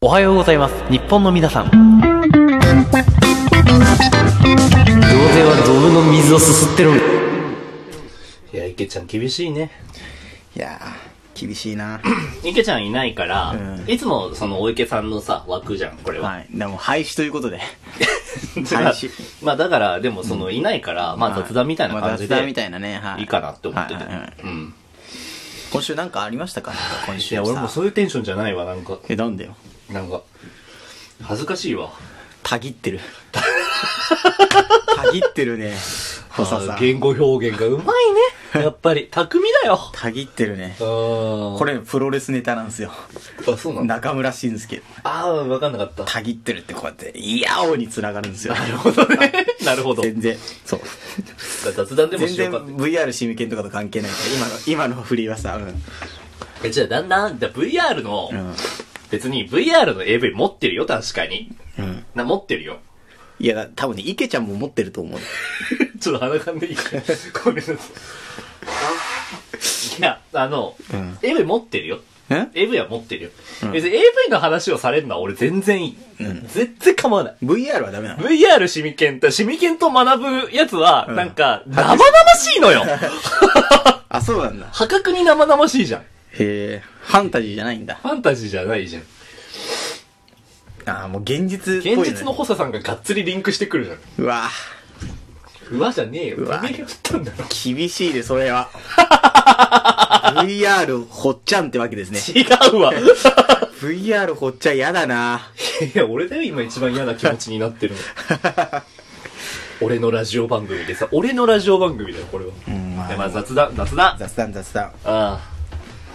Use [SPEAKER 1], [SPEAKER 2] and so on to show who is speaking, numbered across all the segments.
[SPEAKER 1] おはようございます日本の皆さん同税はドブの水をすすってるいや池ちゃん厳しいね
[SPEAKER 2] いやー厳しいな
[SPEAKER 1] 池ちゃんいないから、
[SPEAKER 2] うん
[SPEAKER 1] いつもそのお池さんのさ枠じゃんこれ は、
[SPEAKER 2] はいでも廃止ということで
[SPEAKER 1] だから
[SPEAKER 2] 配信
[SPEAKER 1] まあだからでもそのいないから、まあ雑談みたいな感じで、
[SPEAKER 2] まあ雑談みたいなねはい
[SPEAKER 1] いかなって思ってて、
[SPEAKER 2] はいはいはい
[SPEAKER 1] うん
[SPEAKER 2] 今週なんかありましたかなんか今週
[SPEAKER 1] いや俺も
[SPEAKER 2] さ
[SPEAKER 1] そういうテンションじゃないわなんか
[SPEAKER 2] えなんだよ
[SPEAKER 1] なんか恥ずかしいわ
[SPEAKER 2] たぎってるたぎってる ね
[SPEAKER 1] あ
[SPEAKER 2] 補佐さ
[SPEAKER 1] ー
[SPEAKER 2] ん
[SPEAKER 1] 言語表現がうまいねやっぱり巧み だよ
[SPEAKER 2] たぎってるね
[SPEAKER 1] こ
[SPEAKER 2] これプロレスネタなんですよ
[SPEAKER 1] れ、あ、そうなんだ。
[SPEAKER 2] 中村慎介
[SPEAKER 1] ああ、わかんなかった。
[SPEAKER 2] たぎってるってこうやって「いやお」につながるんですよなる
[SPEAKER 1] ほどね。 なるほど。
[SPEAKER 2] 全然そう
[SPEAKER 1] 雑談でも
[SPEAKER 2] 全
[SPEAKER 1] し
[SPEAKER 2] 然
[SPEAKER 1] ようかって。
[SPEAKER 2] VR シミケンとかと関係ないから今の今の振りはさ、うん、
[SPEAKER 1] えじゃあ、だんだん、じゃあ VR の、
[SPEAKER 2] うん
[SPEAKER 1] 別に VR の AV 持ってるよ、確かに。
[SPEAKER 2] うん、
[SPEAKER 1] な、持ってるよ。
[SPEAKER 2] いやだ多分ね池ちゃんも持ってると思う
[SPEAKER 1] ちょっと鼻かんでいいかなごめんなさい。いや、あの、
[SPEAKER 2] うん
[SPEAKER 1] AV 持ってるよ。
[SPEAKER 2] え
[SPEAKER 1] AV は持ってるよ。
[SPEAKER 2] ん
[SPEAKER 1] 別に AV の話をされるのは俺全然いい。全然構わない。
[SPEAKER 2] VR はダメなの
[SPEAKER 1] VR シミケンと、シミケンと学ぶやつは、
[SPEAKER 2] うん
[SPEAKER 1] なんか、生々しいのよ
[SPEAKER 2] あ、そうなんだ。
[SPEAKER 1] 破格に生々しいじゃん。
[SPEAKER 2] へえ、ファンタジーじゃないんだ。
[SPEAKER 1] ファンタジーじゃないじゃん。
[SPEAKER 2] あーもう現実っぽい、ね。
[SPEAKER 1] 現実の。補佐さんががっつりリンクしてくるじゃん。
[SPEAKER 2] うわ
[SPEAKER 1] うわじゃねえよ。
[SPEAKER 2] うわ
[SPEAKER 1] てめえが振ったんだろ。
[SPEAKER 2] 厳しいで、それ は。VR ほっちゃんってわけですね。
[SPEAKER 1] 違うわ。い
[SPEAKER 2] VR ほっちゃんやだな
[SPEAKER 1] や、俺だよ、今一番嫌な気持ちになって るの。俺のラジオ番組でさ、俺のラジオ番組だよ、これは。
[SPEAKER 2] んまあ
[SPEAKER 1] でまあ、雑談、雑談。
[SPEAKER 2] 雑談雑談。
[SPEAKER 1] あ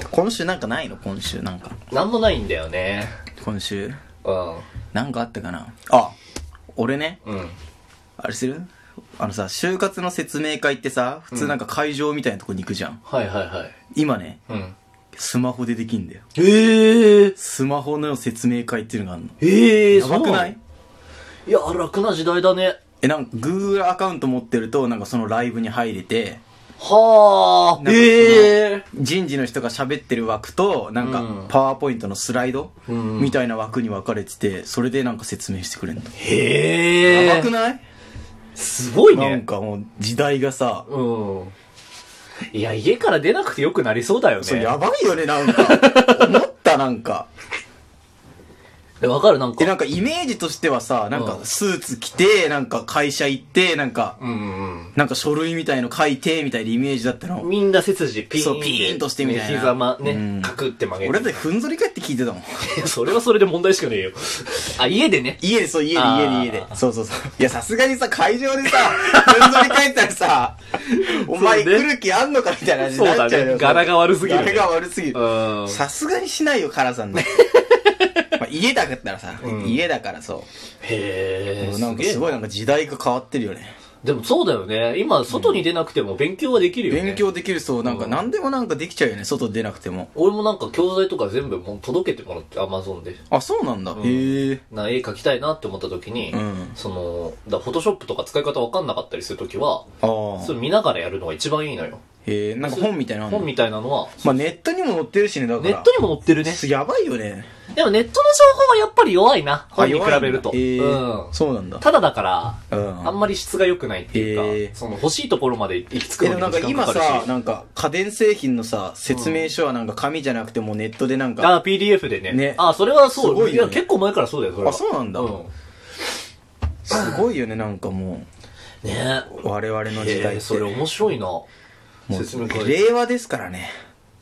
[SPEAKER 2] 今週なんかないの今週なんか。
[SPEAKER 1] あ、なんもないんだよね。
[SPEAKER 2] 今週
[SPEAKER 1] うん。
[SPEAKER 2] なんかあったかなあ、俺ね、
[SPEAKER 1] うん。
[SPEAKER 2] あれするあのさ、就活の説明会ってさ、普通なんか会場みたいなとこに行くじゃん。
[SPEAKER 1] はいはいはい。
[SPEAKER 2] 今ね、
[SPEAKER 1] うん。
[SPEAKER 2] スマホでできんだよ。
[SPEAKER 1] ええ
[SPEAKER 2] スマホの説明会っていうのがあるの。
[SPEAKER 1] ええ
[SPEAKER 2] やばくない
[SPEAKER 1] いや、楽な時代だね。
[SPEAKER 2] え、なんか Google アカウント持ってると、なんかそのライブに入れて、
[SPEAKER 1] はあ。
[SPEAKER 2] なんかその
[SPEAKER 1] ええ
[SPEAKER 2] 人事の人が喋ってる枠と、なん
[SPEAKER 1] う
[SPEAKER 2] か
[SPEAKER 1] ん
[SPEAKER 2] パワーポイントのスライド、
[SPEAKER 1] うん
[SPEAKER 2] みたいな枠に分かれてて、それでなんか説明してくれるの。
[SPEAKER 1] へえ
[SPEAKER 2] やばくない、
[SPEAKER 1] すごいね。
[SPEAKER 2] なんかもう時代がさ、
[SPEAKER 1] うん。いや、家から出なくてよくなりそうだよ
[SPEAKER 2] そう
[SPEAKER 1] ね。
[SPEAKER 2] やばいよね、なん か。思ったなんか。
[SPEAKER 1] えわかるなんか
[SPEAKER 2] え、。なんかイメージとしてはさ、なんか
[SPEAKER 1] うん
[SPEAKER 2] スーツ着て、なんか会社行って、なんか、
[SPEAKER 1] うんうん
[SPEAKER 2] なんか書類みたいの書いて、みたいなイメージだった
[SPEAKER 1] うん。
[SPEAKER 2] の。
[SPEAKER 1] みんな背筋ピーン
[SPEAKER 2] そうピーンとしてみたいな
[SPEAKER 1] 膝ま
[SPEAKER 2] う
[SPEAKER 1] ね
[SPEAKER 2] ん、
[SPEAKER 1] カクって曲げて。
[SPEAKER 2] 俺だってふんぞり返って聞いてたもん。
[SPEAKER 1] いやそれはそれで問題しかねえよ。あ、家でね。
[SPEAKER 2] 家で、そう、家で、
[SPEAKER 1] あ
[SPEAKER 2] 家
[SPEAKER 1] ー
[SPEAKER 2] で、家で。そうそうそう。いや、さすがにさ、会場でさ、ふんぞり返ったら さ、お前
[SPEAKER 1] そうね
[SPEAKER 2] 来る気あんのかみたいな話になっちゃう
[SPEAKER 1] そうだね
[SPEAKER 2] よ。
[SPEAKER 1] 柄が悪すぎるね
[SPEAKER 2] 柄が悪すぎ
[SPEAKER 1] う
[SPEAKER 2] る。
[SPEAKER 1] ん。
[SPEAKER 2] さすがにしないよ、カラさ んの。まあ家だったらさ、
[SPEAKER 1] うん
[SPEAKER 2] 家だからそ
[SPEAKER 1] へえ。
[SPEAKER 2] う。なんか
[SPEAKER 1] げえ
[SPEAKER 2] すごいなんか時代が変わってるよね。
[SPEAKER 1] でもそうだよね。今、外に出なくても勉強はできるよね。
[SPEAKER 2] 勉。強できるそう、なんか何でもなんかできちゃうよね、外出なくても。
[SPEAKER 1] 俺もなんか教材とか全部もう届けてもらって、アマゾンで。
[SPEAKER 2] あ、そうなんだ。へえ。
[SPEAKER 1] な絵描きたいなって思った時に、
[SPEAKER 2] うん
[SPEAKER 1] その、だフォトショップとか使い方わかんなかったりする時は、
[SPEAKER 2] あ
[SPEAKER 1] そ
[SPEAKER 2] あ。
[SPEAKER 1] れ見ながらやるのが一番いいのよ。
[SPEAKER 2] へえ、なんか本みたいなのあんの
[SPEAKER 1] 本みたいなのは、
[SPEAKER 2] まあネットにも載ってるしね、だから。
[SPEAKER 1] ネットにも載ってるね。
[SPEAKER 2] やばいよね。
[SPEAKER 1] でもネットの情報はやっぱり弱いな。本に比べると。
[SPEAKER 2] あ弱いんだへえ
[SPEAKER 1] うん
[SPEAKER 2] そうなんだ。
[SPEAKER 1] ただだから、
[SPEAKER 2] うん
[SPEAKER 1] あんまり質が良くないっていうか、
[SPEAKER 2] へえ
[SPEAKER 1] その欲しいところまで行き着
[SPEAKER 2] え
[SPEAKER 1] く
[SPEAKER 2] で
[SPEAKER 1] の
[SPEAKER 2] もな
[SPEAKER 1] にも
[SPEAKER 2] んか
[SPEAKER 1] 時間
[SPEAKER 2] 今
[SPEAKER 1] かかるし。
[SPEAKER 2] さ、なんか家電製品のさ、説明書はなんか紙じゃなくてもうネットでなんか、
[SPEAKER 1] あ、PDF でね。
[SPEAKER 2] ね
[SPEAKER 1] あ、それはそう。
[SPEAKER 2] すごい
[SPEAKER 1] い
[SPEAKER 2] よ
[SPEAKER 1] や、
[SPEAKER 2] ね
[SPEAKER 1] 結構前からそうだよ、それは。
[SPEAKER 2] あそうなんだ
[SPEAKER 1] ね
[SPEAKER 2] すごいよね、なんかも
[SPEAKER 1] え。
[SPEAKER 2] う、我々の時代っ
[SPEAKER 1] えー
[SPEAKER 2] て。
[SPEAKER 1] それ面白いな。説明
[SPEAKER 2] もう
[SPEAKER 1] 会。
[SPEAKER 2] 令和ですからね。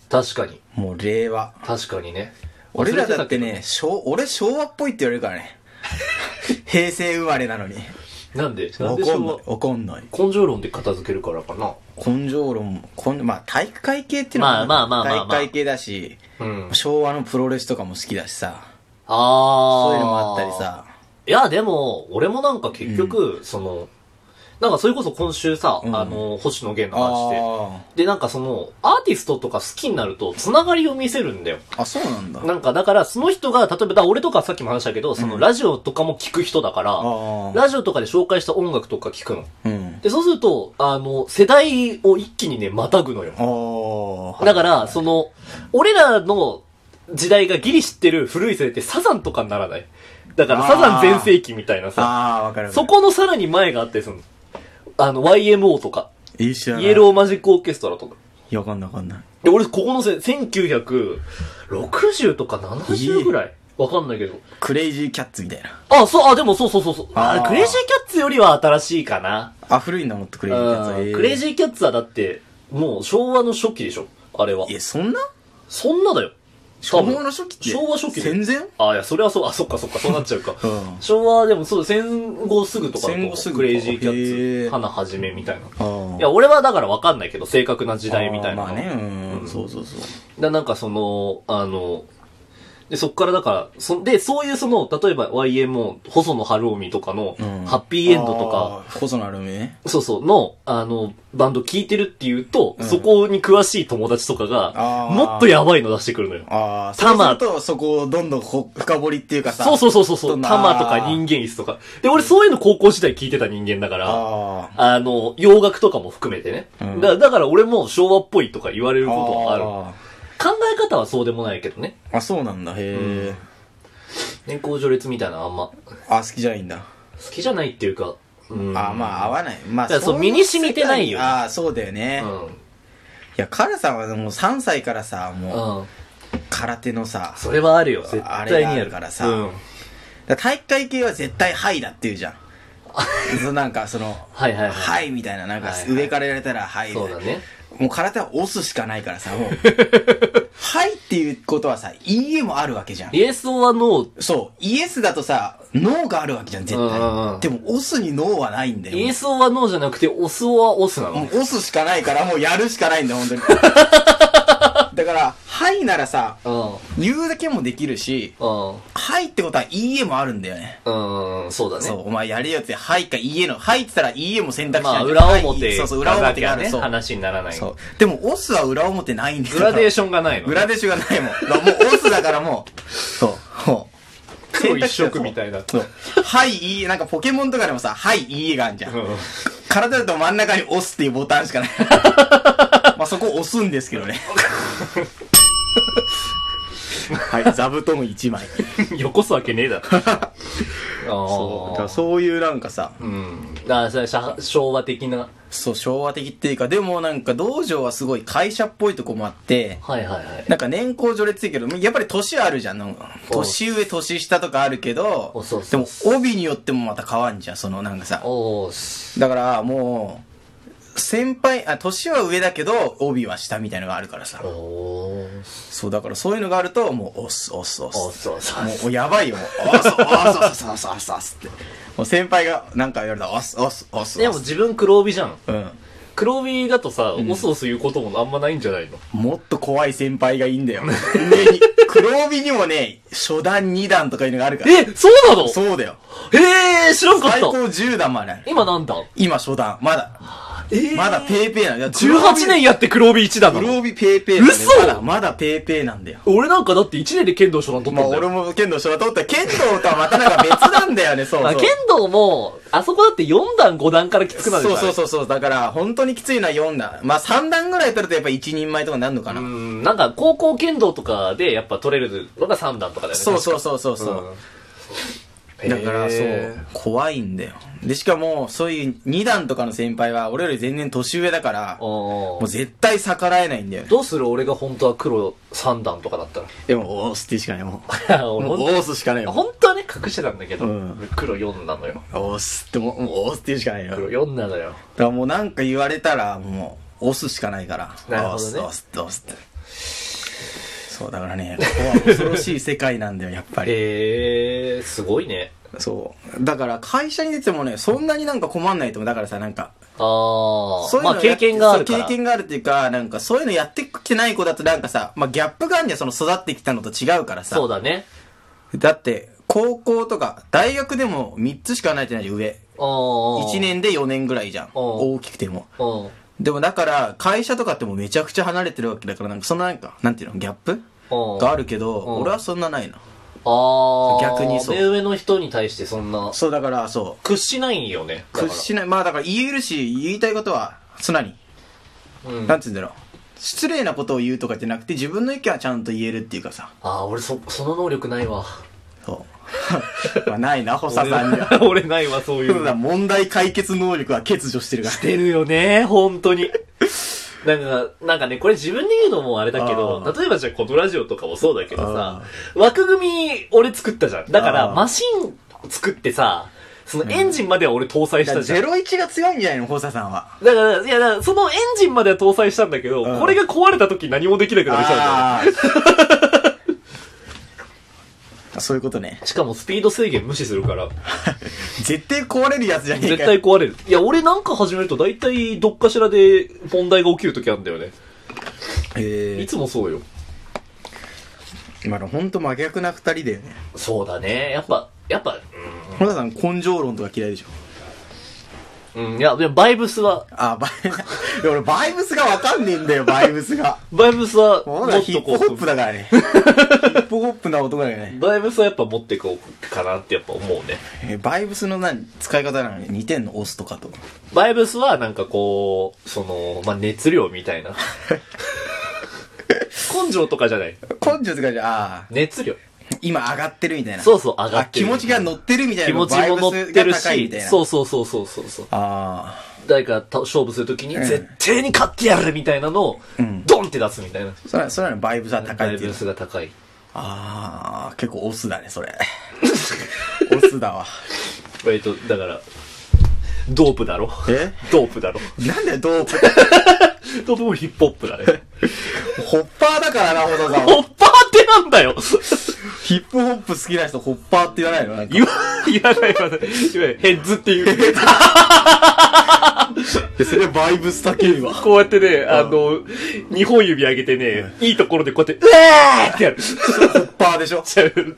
[SPEAKER 1] 確かに。
[SPEAKER 2] もう令和。
[SPEAKER 1] 確かにね。
[SPEAKER 2] 俺らだって
[SPEAKER 1] 忘れ
[SPEAKER 2] ね、昭俺昭和っぽいって言われるから ね。平成生まれなのに。
[SPEAKER 1] たけど。なんでなん
[SPEAKER 2] わ
[SPEAKER 1] で
[SPEAKER 2] か
[SPEAKER 1] そ
[SPEAKER 2] んない
[SPEAKER 1] の、、
[SPEAKER 2] わかんない。
[SPEAKER 1] 根性論で片付けるからかな。
[SPEAKER 2] 根性論、根まあ体育会系っていうのは
[SPEAKER 1] まあまあまあまあまあ
[SPEAKER 2] 体育会系だし、
[SPEAKER 1] うん。
[SPEAKER 2] 昭和のプロレスとかも好きだしさ、
[SPEAKER 1] あー。
[SPEAKER 2] そういうのもあったり。さ、
[SPEAKER 1] いや、でも、俺もなんか結局、その、なんかそれこそ今週さ、
[SPEAKER 2] うん
[SPEAKER 1] あの、星野源の話で。
[SPEAKER 2] あ
[SPEAKER 1] で、なんかその、アーティストとか好きになると、つながりを見せるんだよ。
[SPEAKER 2] ーあ、そうなんだ。
[SPEAKER 1] なんか、だから、その人が、例えば、だから俺とかさっきも話したけど、その、ラジオとかも聞く人だから、
[SPEAKER 2] ああ、
[SPEAKER 1] ラジオとかで紹介した音楽とか聞くの。
[SPEAKER 2] うん。
[SPEAKER 1] で、そうすると、あの、世代を一気にね、またぐのよ。
[SPEAKER 2] ああ、
[SPEAKER 1] だから、その、俺らの時代がギリ知ってる古い世代ってサザンとかにならないだから
[SPEAKER 2] あー
[SPEAKER 1] サザン全盛期みたいなさ、
[SPEAKER 2] ああ、わかるわかる。
[SPEAKER 1] そこのさらに前があって、その、あの、YMO とか、
[SPEAKER 2] いい知らない。
[SPEAKER 1] イエローマジックオーケストラとか。
[SPEAKER 2] いや、わかんないわかんない。
[SPEAKER 1] で、俺、ここのせ、1960とか70ぐらいわかんないけど。
[SPEAKER 2] クレイジーキャッツみたいな。
[SPEAKER 1] あ、そう、あ、でもそうそうそうそう。あ
[SPEAKER 2] あー
[SPEAKER 1] クレイジーキャッツよりは新しいかな。
[SPEAKER 2] あ、古いんだもっとクレイジーキャッツは。
[SPEAKER 1] うんクレイジーキャッツはだって、もう昭和の初期でしょあれは
[SPEAKER 2] ーい。や、そんな
[SPEAKER 1] そんなだよ。
[SPEAKER 2] 昭
[SPEAKER 1] 多分
[SPEAKER 2] 和の初期って。
[SPEAKER 1] 昭和初期だよ
[SPEAKER 2] 戦前
[SPEAKER 1] あ、いや、それはそう、あ、そっかそっか、そうなっちゃうか。
[SPEAKER 2] うん
[SPEAKER 1] 昭和でもそう、戦後すぐとかだと
[SPEAKER 2] 戦後すぐか
[SPEAKER 1] クレイジーキャッ
[SPEAKER 2] へ
[SPEAKER 1] ツ、
[SPEAKER 2] ー
[SPEAKER 1] 花はじめみたいな。
[SPEAKER 2] あー
[SPEAKER 1] いや、俺はだからわかんないけど、正確な時代みたいなの
[SPEAKER 2] あ
[SPEAKER 1] は。
[SPEAKER 2] ーまあね、うん、
[SPEAKER 1] うん
[SPEAKER 2] そうそうそう。
[SPEAKER 1] だなんかその、あの、で、そっからだから、そ、で、そういうその、例えば YMO、細野晴臣とかの、
[SPEAKER 2] うん
[SPEAKER 1] ハッピーエンドと
[SPEAKER 2] あ
[SPEAKER 1] か、。
[SPEAKER 2] ー細野晴臣ね。
[SPEAKER 1] そうそう、の、あの、バンド聴いてるっていうと、
[SPEAKER 2] うん
[SPEAKER 1] そこに詳しい友達とかが、
[SPEAKER 2] あー
[SPEAKER 1] もっとやばいの出してくるのよ。
[SPEAKER 2] ああ、
[SPEAKER 1] タ
[SPEAKER 2] そうす
[SPEAKER 1] マ
[SPEAKER 2] ると、そこをどんどんこう深掘りっていうかさ。
[SPEAKER 1] そうそうそうそう
[SPEAKER 2] ちょ
[SPEAKER 1] そ
[SPEAKER 2] っ
[SPEAKER 1] う、
[SPEAKER 2] な
[SPEAKER 1] タマとか人間椅子とか。で、俺そういうの高校時代聴いてた人間だから、
[SPEAKER 2] あ
[SPEAKER 1] あの、洋楽とかも含めてね。
[SPEAKER 2] うん
[SPEAKER 1] だだから俺も昭和っぽいとか言われる
[SPEAKER 2] あ。
[SPEAKER 1] ことはある。
[SPEAKER 2] あ
[SPEAKER 1] 考え方はそうでもないけどね。
[SPEAKER 2] ーあ、そうなんだ、へえ。
[SPEAKER 1] 年功序列みたいなのあんま
[SPEAKER 2] あ、好きじゃないんだ。
[SPEAKER 1] 好きじゃないっていうか、うん、
[SPEAKER 2] あーまあ、合わない。まあ、
[SPEAKER 1] だからそう
[SPEAKER 2] い
[SPEAKER 1] 身に染みてないよ
[SPEAKER 2] 世界ああ、そうだよね。いや、カラさんはもう3歳からさ、
[SPEAKER 1] う
[SPEAKER 2] もう、
[SPEAKER 1] ん、うん、
[SPEAKER 2] 空手のさ、
[SPEAKER 1] それはあるよ絶
[SPEAKER 2] あ
[SPEAKER 1] 対
[SPEAKER 2] れ
[SPEAKER 1] に
[SPEAKER 2] があるからさ
[SPEAKER 1] うん、
[SPEAKER 2] だから体育会系は絶対はいだって言うじ ゃん。そうなんか、その、
[SPEAKER 1] はいはいはい、
[SPEAKER 2] はいみたいな、なんか
[SPEAKER 1] はいはい
[SPEAKER 2] 上からやられたらはいみたい
[SPEAKER 1] そう
[SPEAKER 2] な
[SPEAKER 1] だね
[SPEAKER 2] もう空手は押すしかないからさ、も う。はいっていうことはさ、いいえもあるわけじゃん。
[SPEAKER 1] イエスオアノー
[SPEAKER 2] そう。イエスだとさ、ノーがあるわけじゃん、絶
[SPEAKER 1] うんうんうん
[SPEAKER 2] 対。でも、押すにノーはないんだよ。
[SPEAKER 1] イエスオアノーじゃなくてオスオアオスな
[SPEAKER 2] もう
[SPEAKER 1] の
[SPEAKER 2] 押すしかないから、もうやるしかないんだよ、本当 に。だから、はいならさ、
[SPEAKER 1] う
[SPEAKER 2] 言うだけもできるし、
[SPEAKER 1] ん
[SPEAKER 2] はいってことは、いいえもあるんだよね。
[SPEAKER 1] うんうんそうだね
[SPEAKER 2] そう、お前やれよって、はいかいいえの、はいって言ったら、いいえも選択肢
[SPEAKER 1] まあ
[SPEAKER 2] なんだよ
[SPEAKER 1] 裏
[SPEAKER 2] はい
[SPEAKER 1] 表
[SPEAKER 2] そうそう、裏表があ
[SPEAKER 1] が
[SPEAKER 2] る。
[SPEAKER 1] ね
[SPEAKER 2] そう
[SPEAKER 1] 話にならない
[SPEAKER 2] そう。でも、押すは裏表ないんだよ。
[SPEAKER 1] グラデーションがないの
[SPEAKER 2] グラデーションがないもん。だからもうオスだからもう、そう、もう。
[SPEAKER 1] 黒一色みたいな
[SPEAKER 2] そう。はい、いいえ、なんかポケモンとかでもさ、はい、いいえがあんじゃん。
[SPEAKER 1] うん
[SPEAKER 2] 体だと真ん中に押すっていうボタンし かない。まあそこ押すんですけどね。はい、座布団1枚。
[SPEAKER 1] よこすわけねえだろあ
[SPEAKER 2] そう。だから
[SPEAKER 1] あ
[SPEAKER 2] そういうなんかさ、
[SPEAKER 1] うんああそれしゃ昭和的な
[SPEAKER 2] そう、昭和的っていうか、でもなんか道場はすごい会社っぽいとこもあって、
[SPEAKER 1] はいはいはい
[SPEAKER 2] なんか年功序列いいけど、やっぱり年あるじゃん。なんか
[SPEAKER 1] お
[SPEAKER 2] 年上、年下とかあるけど
[SPEAKER 1] おそう、
[SPEAKER 2] で
[SPEAKER 1] そう
[SPEAKER 2] も帯によってもまた変わんじゃん、そのなんかさ。
[SPEAKER 1] おーし
[SPEAKER 2] だからもう、先輩、あ、年は上だけど、帯は下みたいのがあるからさ。
[SPEAKER 1] おーし
[SPEAKER 2] そう、だからそういうのがあると、もう、押す、押す、
[SPEAKER 1] お
[SPEAKER 2] 押す。
[SPEAKER 1] そうそう
[SPEAKER 2] もう、やばいよ、もう、押す、押す、押す、押す、押す、って。もう先輩がなんか言われたら、押す、押す、押す。
[SPEAKER 1] でも自分黒帯じゃん。
[SPEAKER 2] うん。
[SPEAKER 1] 黒帯だとさ、オスオス言うこともあんまないんじゃないの
[SPEAKER 2] もっと怖い先輩がいいんだよ。上に、黒帯にもね、初段、二段とかいうのがあるから。
[SPEAKER 1] え、そうなの
[SPEAKER 2] そうだよ。
[SPEAKER 1] えー、知らんかっ
[SPEAKER 2] 最高
[SPEAKER 1] た
[SPEAKER 2] 10段まである。
[SPEAKER 1] 今なんだ
[SPEAKER 2] 今初段。まだ、
[SPEAKER 1] えー
[SPEAKER 2] まだペーペーなんだよ。
[SPEAKER 1] 18年やって黒帯1だな
[SPEAKER 2] 黒
[SPEAKER 1] の
[SPEAKER 2] 帯ペーペーなんだよ
[SPEAKER 1] 嘘
[SPEAKER 2] まだ、まだペーペーなんだよ。
[SPEAKER 1] 俺なんかだって1年で剣道初段取っ
[SPEAKER 2] まあ
[SPEAKER 1] たん
[SPEAKER 2] 俺
[SPEAKER 1] だよ。
[SPEAKER 2] も剣道初段取った剣道とはまたなんか別なんだよね、そう
[SPEAKER 1] あ、
[SPEAKER 2] そう。
[SPEAKER 1] 剣道も、あそこだって4段5段からきつくなるじゃ
[SPEAKER 2] そ
[SPEAKER 1] ん
[SPEAKER 2] うそうそうそう。だから、本当にきついのは4段。まあ3段ぐらい取るとやっぱ一人前とかになるのかな。
[SPEAKER 1] うん、なんか高校剣道とかでやっぱ取れるのが3段とかだよね。
[SPEAKER 2] そうそう
[SPEAKER 1] 確
[SPEAKER 2] そうそう
[SPEAKER 1] か
[SPEAKER 2] そう。
[SPEAKER 1] ん
[SPEAKER 2] だから、そ
[SPEAKER 1] へ
[SPEAKER 2] う。怖いんだよ。で、しかも、そういう2段とかの先輩は、俺より全然年上だから、
[SPEAKER 1] ー
[SPEAKER 2] も
[SPEAKER 1] お
[SPEAKER 2] う
[SPEAKER 1] ー
[SPEAKER 2] 絶対逆らえないんだよね。
[SPEAKER 1] どうする俺が本当は黒3段とかだったら。
[SPEAKER 2] でも、押すってしかないもん。
[SPEAKER 1] 俺
[SPEAKER 2] も
[SPEAKER 1] 本
[SPEAKER 2] う
[SPEAKER 1] 当
[SPEAKER 2] 押すしかないよ。
[SPEAKER 1] 本当はね、隠してたんだけど、
[SPEAKER 2] うん
[SPEAKER 1] 黒4なのよ。
[SPEAKER 2] 押すってもう、もう押すっていうしかないよ。だ
[SPEAKER 1] 黒
[SPEAKER 2] か
[SPEAKER 1] 4なのよ。
[SPEAKER 2] らもうなんか言われたら、もう、押すしかないから。
[SPEAKER 1] なるほど
[SPEAKER 2] 押
[SPEAKER 1] ね
[SPEAKER 2] す、押す、押すって。そう、だからね、ここは恐ろしい世界なんだよ、やっぱり。
[SPEAKER 1] へえー、すごいね。
[SPEAKER 2] そう。だから会社に出てもね、そんなになんか困んないと思う。だからさ、なんか、
[SPEAKER 1] あ
[SPEAKER 2] そう
[SPEAKER 1] あ、
[SPEAKER 2] いうの
[SPEAKER 1] まあ
[SPEAKER 2] やって
[SPEAKER 1] 経験があるか
[SPEAKER 2] そ
[SPEAKER 1] ら。
[SPEAKER 2] う経験があるっていうか、なんかそういうのやってきてない子だとなんかさ、まあギャップがあるんだよ、その育ってきたのと違うからさ。
[SPEAKER 1] そうだね。
[SPEAKER 2] だって、高校とか、大学でも3つしかないじゃない上。1
[SPEAKER 1] 1。
[SPEAKER 2] 年で4年ぐらいじゃん。
[SPEAKER 1] おう
[SPEAKER 2] 大きくても。
[SPEAKER 1] うん。
[SPEAKER 2] でもだから、会社とかってもうめちゃくちゃ離れてるわけだから、なんかそのなんか、なんていうの、ギャップ
[SPEAKER 1] うん
[SPEAKER 2] があるけど、
[SPEAKER 1] うん
[SPEAKER 2] 俺はそんなないな。
[SPEAKER 1] ああ、
[SPEAKER 2] 逆にそう
[SPEAKER 1] 目上の人に対してそんな、
[SPEAKER 2] そうだから、そ
[SPEAKER 1] 屈しないよね。
[SPEAKER 2] う。屈しない。まあだから言えるし、言いたいことは、つなに、
[SPEAKER 1] だから、うん
[SPEAKER 2] なんて言うんだろう。失礼なことを言うとかじゃなくて、自分の意見はちゃんと言えるっていうかさ。
[SPEAKER 1] ああ、俺そ、その能力ないわ。
[SPEAKER 2] そう。まあ、ないな、補佐さんには。
[SPEAKER 1] 俺 俺ないわ、そういう
[SPEAKER 2] そうだ、
[SPEAKER 1] の。
[SPEAKER 2] 問題解決能力は欠如して るから。
[SPEAKER 1] 出るよね、本当に。なんか、なんかね、これ自分で言うのもあれだけど
[SPEAKER 2] あ、
[SPEAKER 1] 例えばじゃあこのラジオとかもそうだけどさ、枠組み俺作ったじゃん。だから
[SPEAKER 2] あー
[SPEAKER 1] マシン作ってさ、そのエンジンまでは俺搭載し
[SPEAKER 2] だか
[SPEAKER 1] た
[SPEAKER 2] ら
[SPEAKER 1] じゃん。
[SPEAKER 2] 01が強いんじゃないの、補佐さんは。
[SPEAKER 1] だから、いや、だからそのエンジンまでは搭載したんだけど、
[SPEAKER 2] うん
[SPEAKER 1] これが壊れた時何もできなくなりそうだよね
[SPEAKER 2] ああ。そういうことね。
[SPEAKER 1] しかもスピード制限無視するから、
[SPEAKER 2] 絶対壊れるやつじゃねえ
[SPEAKER 1] 絶
[SPEAKER 2] かよ
[SPEAKER 1] 対。壊れる。いや、俺なんか始めると大体どっかしらで問題が起きる時あるんだよね。
[SPEAKER 2] え
[SPEAKER 1] いつもそうよ。
[SPEAKER 2] ー、今のほんと真逆な二人だよね。
[SPEAKER 1] そうだね。やっぱ、やっぱ、
[SPEAKER 2] ほなさん根性論とか嫌いでしょ。
[SPEAKER 1] うん、いや、でもバイブスは、
[SPEAKER 2] あ、バイ、いや俺バイブスがわかんねえんだよ、バイブスが。
[SPEAKER 1] バイブスは、
[SPEAKER 2] も
[SPEAKER 1] も
[SPEAKER 2] うだ
[SPEAKER 1] っ
[SPEAKER 2] ヒッ
[SPEAKER 1] と
[SPEAKER 2] プ
[SPEAKER 1] こ
[SPEAKER 2] ホップ
[SPEAKER 1] う、
[SPEAKER 2] だからね。ヒップホップな男だよね。
[SPEAKER 1] バイブスはやっぱ持ってこうかなってやっぱ思うね。
[SPEAKER 2] えーバイブスの何使い方なのに似てんの押すとかと。
[SPEAKER 1] バイブスはなんかこう、その、まあ、熱量み たいな。根性とかじゃない。
[SPEAKER 2] 根性とかじゃ、あー
[SPEAKER 1] 熱量。
[SPEAKER 2] 今上がってるみたいな。
[SPEAKER 1] そうそう上がってる
[SPEAKER 2] あ気持ちが乗ってるみたいな。。
[SPEAKER 1] 気持ちも乗ってるし、そううそうそうそうそうそう。
[SPEAKER 2] ああ。
[SPEAKER 1] 誰かと勝負するときに
[SPEAKER 2] ん
[SPEAKER 1] 絶対に勝ってやるみたいなのを
[SPEAKER 2] うん、
[SPEAKER 1] ドンって出すみたいな。
[SPEAKER 2] それそれはバイブスは高
[SPEAKER 1] バ
[SPEAKER 2] い
[SPEAKER 1] イ
[SPEAKER 2] ってい
[SPEAKER 1] ブ
[SPEAKER 2] う。
[SPEAKER 1] スが高い。
[SPEAKER 2] ああ、結構オスだね、それ。 オスだわ。
[SPEAKER 1] 割と、だから、ドープだろ。
[SPEAKER 2] え
[SPEAKER 1] ドープだろ。
[SPEAKER 2] なんだよ、ドープ。
[SPEAKER 1] ドープもヒップホップだね。
[SPEAKER 2] ホッパーだからな、ほどさん。
[SPEAKER 1] ホッパーってなんだよ
[SPEAKER 2] ヒップホップ好きな人、ホッパーって言わないのなんか
[SPEAKER 1] 言わ、 言わないわない。言わないヘッズっていう。
[SPEAKER 2] それバイブス高いわ。
[SPEAKER 1] こうやってね、あの、 二本指上げてね、いいところでこうやって、うわーってやる。
[SPEAKER 2] ホッパーでしょ
[SPEAKER 1] ちゃう